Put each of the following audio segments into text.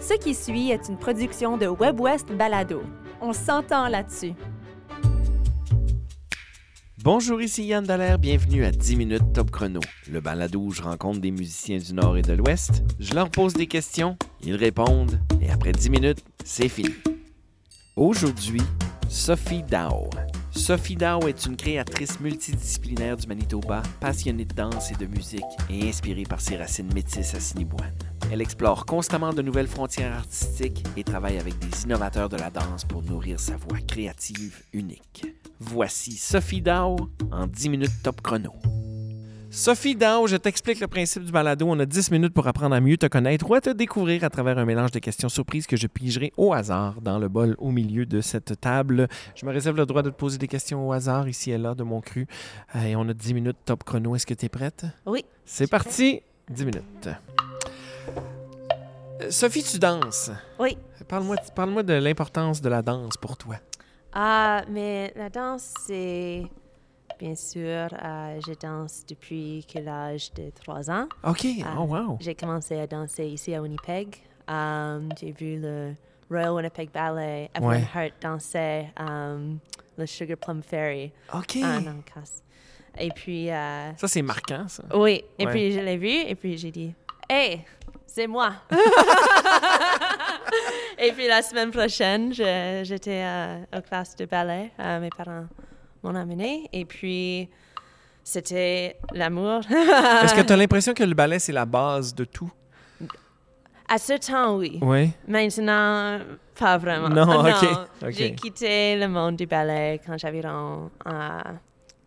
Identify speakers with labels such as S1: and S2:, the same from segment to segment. S1: Ce qui suit est une production de WebWest Balado. On s'entend là-dessus.
S2: Bonjour, ici Yann Dallaire, bienvenue à 10 minutes Top Chrono, le balado où je rencontre des musiciens du Nord et de l'Ouest, je leur pose des questions, ils répondent, et après 10 minutes, c'est fini. Aujourd'hui, Sophie Dao. Sophie Dao est une créatrice multidisciplinaire du Manitoba, passionnée de danse et de musique, et inspirée par ses racines métisses à Sinibouane. Elle explore constamment de nouvelles frontières artistiques et travaille avec des innovateurs de la danse pour nourrir sa voix créative unique. Voici Sophie Dao en 10 minutes top chrono. Sophie Dao, je t'explique le principe du balado. On a 10 minutes pour apprendre à mieux te connaître ou à te découvrir à travers un mélange de questions surprises que je pigerai au hasard dans le bol au milieu de cette table. Je me réserve le droit de te poser des questions au hasard ici et là de mon cru. Euh, Et on a 10 minutes top chrono. Est-ce que tu es prête?
S1: Oui.
S2: C'est parti! 10 minutes. Euh, Sophie, tu danses.
S3: Oui.
S2: Parle-moi parle de l'importance de la danse pour toi.
S3: Ah, mais la danse, c'est. Bien sûr, euh, je danse depuis que l'âge de 3 ans.
S2: OK.
S3: Ah,
S2: Oh, wow.
S3: J'ai commencé à danser ici à Winnipeg. Um, j'ai vu le Royal Winnipeg Ballet, Evelyn
S2: Ouais.
S3: Hart danser um, le Sugar Plum Fairy
S2: OK.
S3: Ah, non, casse. Et puis, euh,
S2: Ça, c'est marquant, ça.
S3: oui, et
S2: Ouais.
S3: puis je l'ai vu, et puis j'ai dit, hey, c'est moi. et puis la semaine prochaine, je- j'étais euh, aux classes de ballet, euh, mes parents m'ont amené, et puis c'était l'amour.
S2: Est-ce
S3: Ah.
S2: que tu as l'impression que le ballet, c'est la base de tout?
S3: À ce temps, oui.
S2: Oui.
S3: Maintenant, pas vraiment.
S2: Non, ok, ok.
S3: J'ai quitté le monde du ballet quand j'avais en- euh,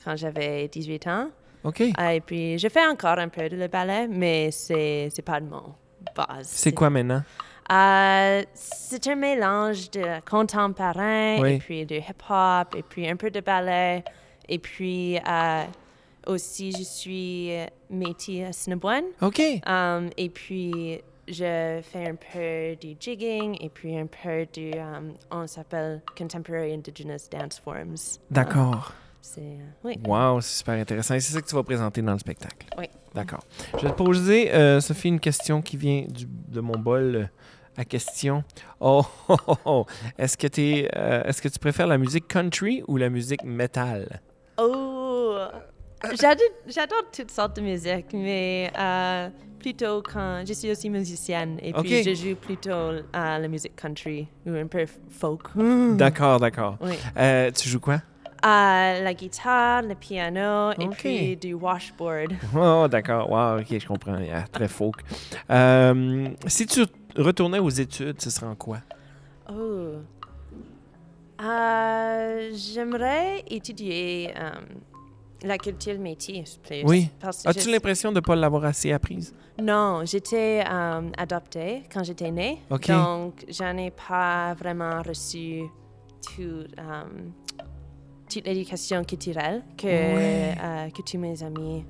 S3: quand j'avais 18 ans.
S2: OK.
S3: Ah, et puis, je fais encore un peu de le ballet, mais c'est c'est pas de mon base.
S2: C'est quoi maintenant?
S3: Euh, C'est un mélange de contemporain,
S2: Oui.
S3: et puis de hip-hop, et puis un peu de ballet. Et puis, euh, aussi, je suis euh, métier à Snowboard.
S2: OK.
S3: Um, et puis, je fais un peu du jigging, et puis un peu du... um, on s'appelle Contemporary Indigenous Dance Forms.
S2: D'accord.
S3: C'est... euh, oui.
S2: Wow, c'est super intéressant. Et c'est ça que tu vas présenter dans le spectacle.
S3: Oui.
S2: D'accord. Je vais te poser, euh, Sophie, une question qui vient du- de mon bol euh, à question. Oh, oh, oh, oh. Est-ce que, t'es, euh, est-ce que tu préfères la musique country ou la musique metal?
S3: Oh, j'adore, j'adore toutes sortes de musique, mais euh, plutôt quand je suis aussi musicienne et puis
S2: Ok.
S3: je joue plutôt à la musique country ou un peu folk.
S2: Ah. D'accord, d'accord.
S3: Oui.
S2: Euh, tu joues quoi?
S3: Euh, la guitare, le piano et
S2: Ok.
S3: puis du washboard.
S2: Oh, d'accord. Wow, ok, je comprends. Ah, très folk. Euh, si tu retournais aux études, ce serait en quoi?
S3: Oh. Euh, j'aimerais étudier euh, la culture métisse plus.
S2: Oui.
S3: parce que
S2: As-tu
S3: je-
S2: l'impression de ne pas l'avoir assez apprise?
S3: Non, j'étais euh, adoptée quand j'étais née.
S2: Ok.
S3: Donc, j'en ai pas vraiment reçu tout, euh, toute l'éducation culturelle que,
S2: Ouais.
S3: euh, que tous mes amis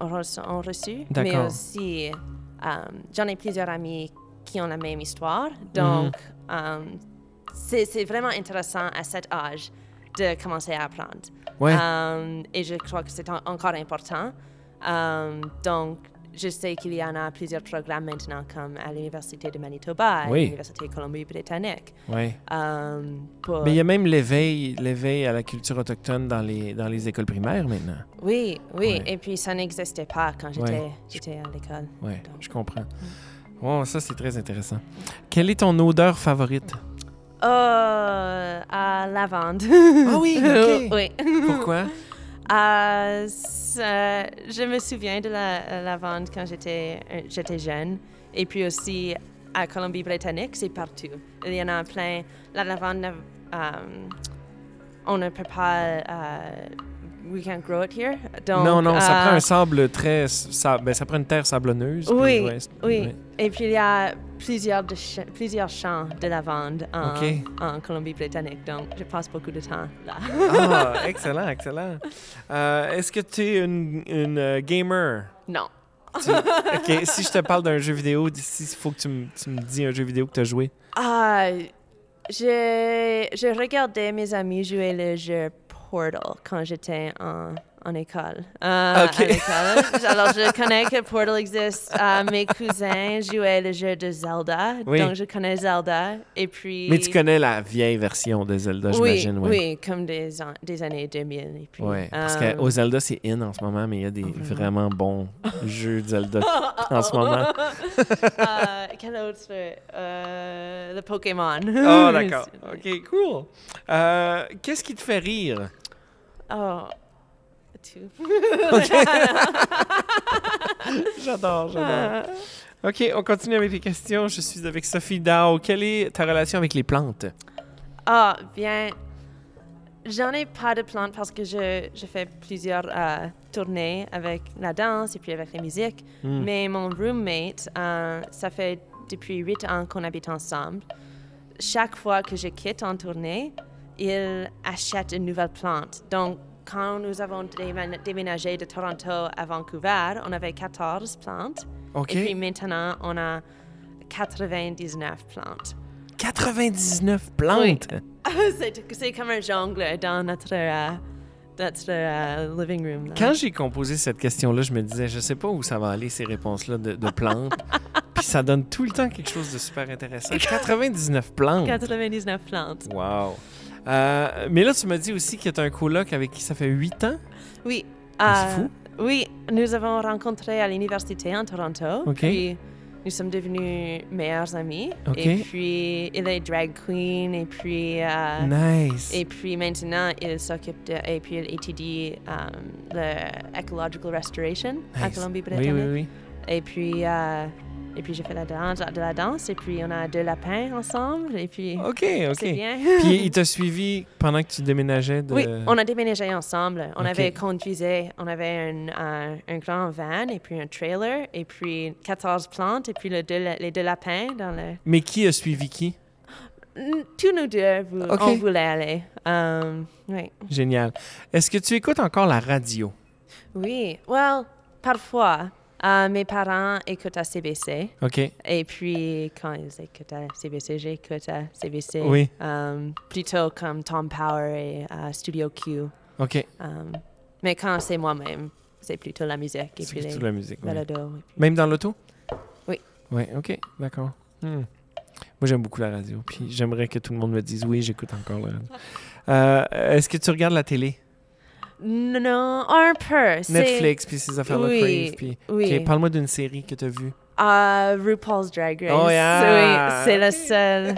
S3: ont reçu. ont reçu. Mais
S2: D'accord.
S3: aussi, euh, j'en ai plusieurs amis qui ont la même histoire.
S2: Mhm.
S3: Donc, euh, c'est c'est vraiment intéressant à cet âge de commencer à apprendre.
S2: Ouais.
S3: Um, et je crois que c'est en- encore important. Um, donc, je sais qu'il y en a plusieurs programmes maintenant, comme à l'Université de Manitoba,
S2: Oui.
S3: à l'Université de Colombie-Britannique.
S2: ouais.
S3: Um, pour-
S2: Mais il y a même l'éveil, l'éveil à la culture autochtone dans les, dans les écoles primaires maintenant.
S3: Oui, oui.
S2: Ouais.
S3: Et puis, ça n'existait pas quand j'étais
S2: Ouais.
S3: j'étais à l'école.
S2: Ouais,
S3: Donc-
S2: je comprends. Wow, ça, c'est très intéressant. Quelle est ton odeur favorite?
S3: Oh, Euh, à lavande.
S2: Ah oui, ok.
S3: oui.
S2: Pourquoi?
S3: Euh, ça- je me souviens de la la lavande quand j'étais euh, j'étais jeune. Et puis aussi à Colombie-Britannique, c'est partout. Il y en a plein. La lavande, euh, on ne peut pas. euh, we can't grow it here. Donc,
S2: non, non, ça
S3: euh,
S2: prend un sable très... sa- ben, ça prend une terre sablonneuse. puis
S3: Oui,
S2: ouais, c'est-
S3: oui.
S2: ouais.
S3: Et puis il y a plusieurs, de ch- plusieurs champs de lavande en,
S2: Ok.
S3: en Colombie-Britannique. Donc, je passe beaucoup de temps là.
S2: Ah, excellent, excellent. Euh, Est-ce que tu es une, une, euh, gamer?
S3: non.
S2: Tu- OK, si je te parle d'un jeu vidéo, il faut que tu me tu me dis un jeu vidéo que tu as joué.
S3: Ah, je, je regardais mes amis jouer le jeu Portal quand j'étais en, en école. Euh,
S2: Ok.
S3: à l'école. Alors, je connais que Portal existe. Euh, mes cousins jouaient le jeu de Zelda.
S2: Oui.
S3: Donc, je connais Zelda. Et puis.
S2: Mais tu connais la vieille version de Zelda,
S3: oui,
S2: j'imagine. ouais.
S3: oui, comme des, an- des années 2000. Et puis,
S2: Ouais, parce
S3: euh, Mm-hmm.
S2: qu'au Zelda, c'est in en ce moment, mais il y a des vraiment bons jeux de Zelda en ce moment.
S3: euh, quel autre euh, euh, Le Pokémon.
S2: Oh, d'accord. OK, cool. Euh, Qu'est-ce qui te fait rire?
S3: Oh. Tout.
S2: J'adore, j'adore. Ah. OK, on continue avec les questions. Je suis avec Sophie Dao. Quelle est ta relation avec les plantes?
S3: Ah, bien. J'en ai pas de plantes parce que je, je fais plusieurs euh, tournées avec la danse et puis avec la musique.
S2: Hmm.
S3: Mais mon roommate, euh, ça fait depuis huit ans qu'on habite ensemble. Chaque fois que je quitte en tournée, il achète une nouvelle plante. Donc, quand nous avons déman- déménagé de Toronto à Vancouver, on avait 14 plantes.
S2: OK.
S3: Et puis maintenant, on a 99 plantes.
S2: 99 plantes!
S3: Ah, c'est, c'est comme un jongle dans notre, euh, notre euh, living room. là.
S2: Quand j'ai composé cette question-là, je me disais, je sais pas où ça va aller, ces réponses-là de, de plantes. Puis ça donne tout le temps quelque chose de super intéressant. 99 plantes!
S3: 99 plantes.
S2: Wow. Euh, mais là, tu m'as dit aussi que tu un coloc avec qui ça fait 8 ans.
S3: Oui.
S2: c'est
S3: euh,
S2: fou.
S3: Oui, nous avons rencontré à l'université en Toronto.
S2: Ok.
S3: Puis nous sommes devenus meilleurs amis.
S2: Ok.
S3: Et puis il est drag queen. Et puis, euh,
S2: Nice.
S3: et puis maintenant, il s'occupe de. Et puis il étudie euh, le ecological restoration à
S2: Nice.
S3: Colombie-Britannique.
S2: Oui, oui, oui.
S3: Et puis, euh, et puis j'ai fait la danse, de la danse, et puis on a deux lapins ensemble, et puis
S2: OK, OK.
S3: c'est bien.
S2: Puis il t'a suivi pendant que tu déménageais de...
S3: Oui, on a déménagé ensemble. On
S2: Ok.
S3: avait conduisé, on avait un, un- un grand van, et puis un trailer, et puis 14 plantes, et puis le deux la- les deux lapins dans le...
S2: Mais qui a suivi qui?
S3: Mm, Tous nous deux, vou-
S2: Ok.
S3: on voulait aller. Euh, oui.
S2: Génial. Est-ce que tu écoutes encore la radio?
S3: Oui, well, parfois, euh, mes parents écoutent à CBC.
S2: OK.
S3: Et puis, quand ils écoutent à CBC, j'écoute à CBC.
S2: Oui.
S3: Euh, plutôt comme Tom Power et euh, Studio Q.
S2: OK.
S3: Euh, mais quand c'est moi-même, c'est plutôt la musique et
S2: C'est
S3: puis les
S2: plutôt la musique. oui.
S3: balados. et puis-
S2: Même dans l'auto?
S3: Oui.
S2: Oui, OK. D'accord. Hmm. Moi, j'aime beaucoup la radio. Puis j'aimerais que tout le monde me dise oui, j'écoute encore la radio. Euh, Est-ce que tu regardes la télé?
S3: Non, non, un peu. c'est-
S2: Netflix, puis ces affaires-là,
S3: Oui,
S2: Crave, puis...
S3: Oui.
S2: OK, parle-moi d'une série que tu as vue.
S3: Euh, RuPaul's Drag Race.
S2: Oh, yeah.
S3: Oui, c'est le
S2: Ok.
S3: seul.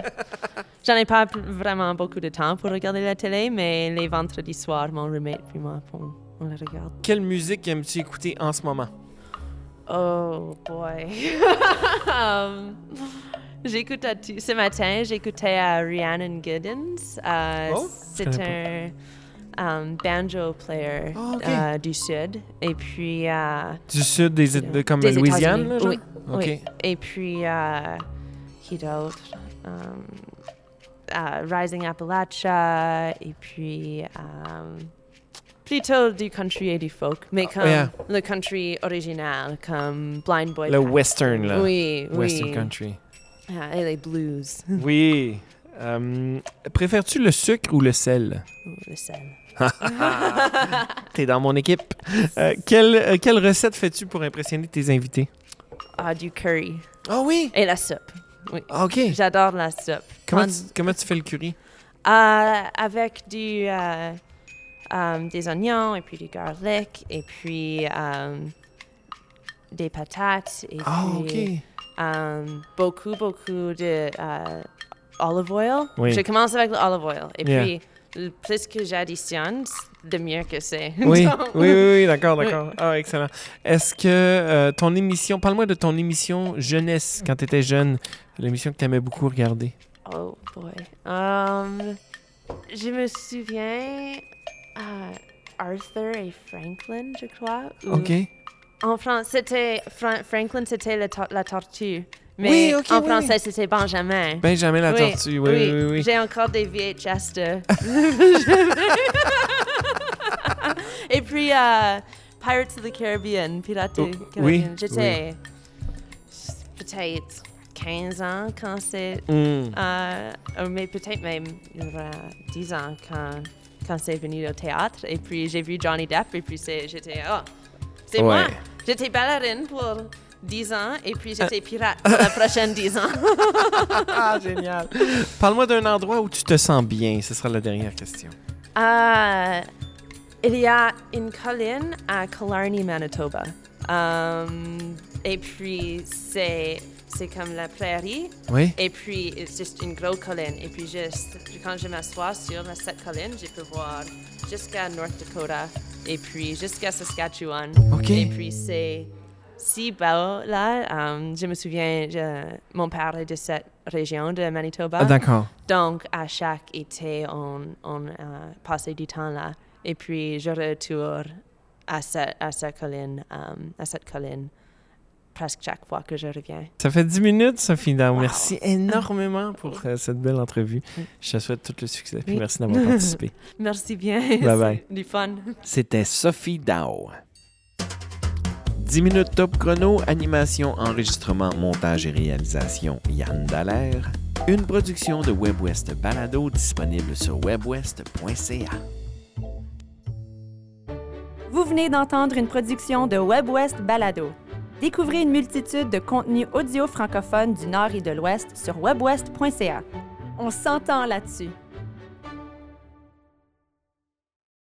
S3: J'en ai pas pl- vraiment beaucoup de temps pour regarder la télé, mais les vendredis soirs, mon roommate puis moi, on, on la regarde.
S2: Quelle musique aimes-tu écouter en ce moment?
S3: Oh boy. Um, j'écoute à tout- ce matin, j'écoutais à Rhiannon Giddens. Euh,
S2: Oh, je
S3: c'est
S2: connais
S3: un um, banjo player
S2: Ah, ok.
S3: euh, du sud. Et puis euh,
S2: Du sud des, de- comme
S3: des
S2: Louisiane, là,
S3: États-Unis.
S2: genre?
S3: Oui,
S2: OK.
S3: oui. Et puis euh, qui d'autre? Um, euh, Rising Appalachia. Et puis um, plutôt du country et du folk, mais
S2: Ah,
S3: comme
S2: yeah.
S3: le country original, comme Blind Boy.
S2: Le
S3: Packing.
S2: western, là.
S3: Oui,
S2: Western
S3: oui.
S2: country.
S3: Ah, et les blues.
S2: Oui. Euh, Préfères-tu le sucre ou le sel?
S3: Ouh, le sel.
S2: T'es dans mon équipe. Euh, quelle, euh, quelle recette fais-tu pour impressionner tes invités?
S3: Ah, du curry.
S2: Ah oui! Ah,
S3: Et la soupe.
S2: OK.
S3: J'adore la soupe.
S2: Comment
S3: En-
S2: tu, comment tu fais le curry?
S3: Euh, avec du, euh, euh, des oignons et puis du garlic et puis euh, des patates et
S2: Ah,
S3: puis
S2: OK.
S3: euh, beaucoup, beaucoup de euh, olive oil.
S2: Oui.
S3: Je commence avec l'olive oil et
S2: Yeah.
S3: puis le plus que j'additionne, le mieux que c'est.
S2: Oui, oui,
S3: Donc-
S2: oui, oui, d'accord, d'accord. Ah, excellent. Est-ce que euh, ton émission, parle-moi de ton émission jeunesse quand t'étais jeune, l'émission que t'aimais beaucoup regarder.
S3: Oh boy. Um, je me souviens euh, Arthur et Franklin, je crois. ou-
S2: OK.
S3: En français, c'était Fra- Franklin, c'était le tor- la tortue. Mais
S2: Oui, ok,
S3: en
S2: oui,
S3: français, c'était Benjamin.
S2: Benjamin la
S3: Oui,
S2: tortue, Ben, oui, oui, oui. oui.
S3: J'ai encore des VHS de. et puis euh, Pirates of the Caribbean, Pirates
S2: Oh,
S3: du
S2: oui,
S3: Caribbean.
S2: oui.
S3: J'étais peut-être 15 ans quand c'est
S2: Mm.
S3: euh, mais peut-être même il y aura 10 ans quand, quand c'est venu au théâtre. Et puis j'ai vu Johnny Depp et puis c'est- j'étais, oh, c'est moi.
S2: Ouais.
S3: J'étais ballerine pour 10 ans et puis j'étais pirate pour la prochaine 10 ans.
S2: Ah, génial. Parle-moi d'un endroit où tu te sens bien. Ce sera la dernière question.
S3: Euh, il y a une colline à Killarney, Manitoba. Euh, et puis c'est c'est comme la prairie.
S2: Oui?
S3: Et puis c'est juste une grosse colline. Et puis juste quand je m'assois sur la- cette colline, je peux voir jusqu'à North Dakota et puis jusqu'à Saskatchewan.
S2: Ok.
S3: Et puis c'est si beau là. Euh, je me souviens, je- mon père est de cette région de Manitoba.
S2: Ah, d'accord.
S3: Donc, à chaque été, on, on euh, passait du temps là. Et puis, je retourne à cette, à cette colline, euh, à cette colline presque chaque fois que je reviens.
S2: Ça fait 10 minutes, Sophie Dow.
S3: Wow.
S2: Merci énormément pour euh, cette belle entrevue.
S3: Oui.
S2: Je te souhaite tout le succès. Puis
S3: Oui.
S2: merci d'avoir participé.
S3: Merci bien.
S2: Bye-bye.
S3: C'est Du fun.
S2: C'était Sophie Dow. 10 minutes top chrono, animation, enregistrement, montage et réalisation, Yann Dallaire. Une production de WebWest Balado disponible sur webwest.ca.
S1: Vous venez d'entendre une production de WebWest Balado. Découvrez une multitude de contenus audio francophones du Nord et de l'Ouest sur webwest.ca. On s'entend là-dessus.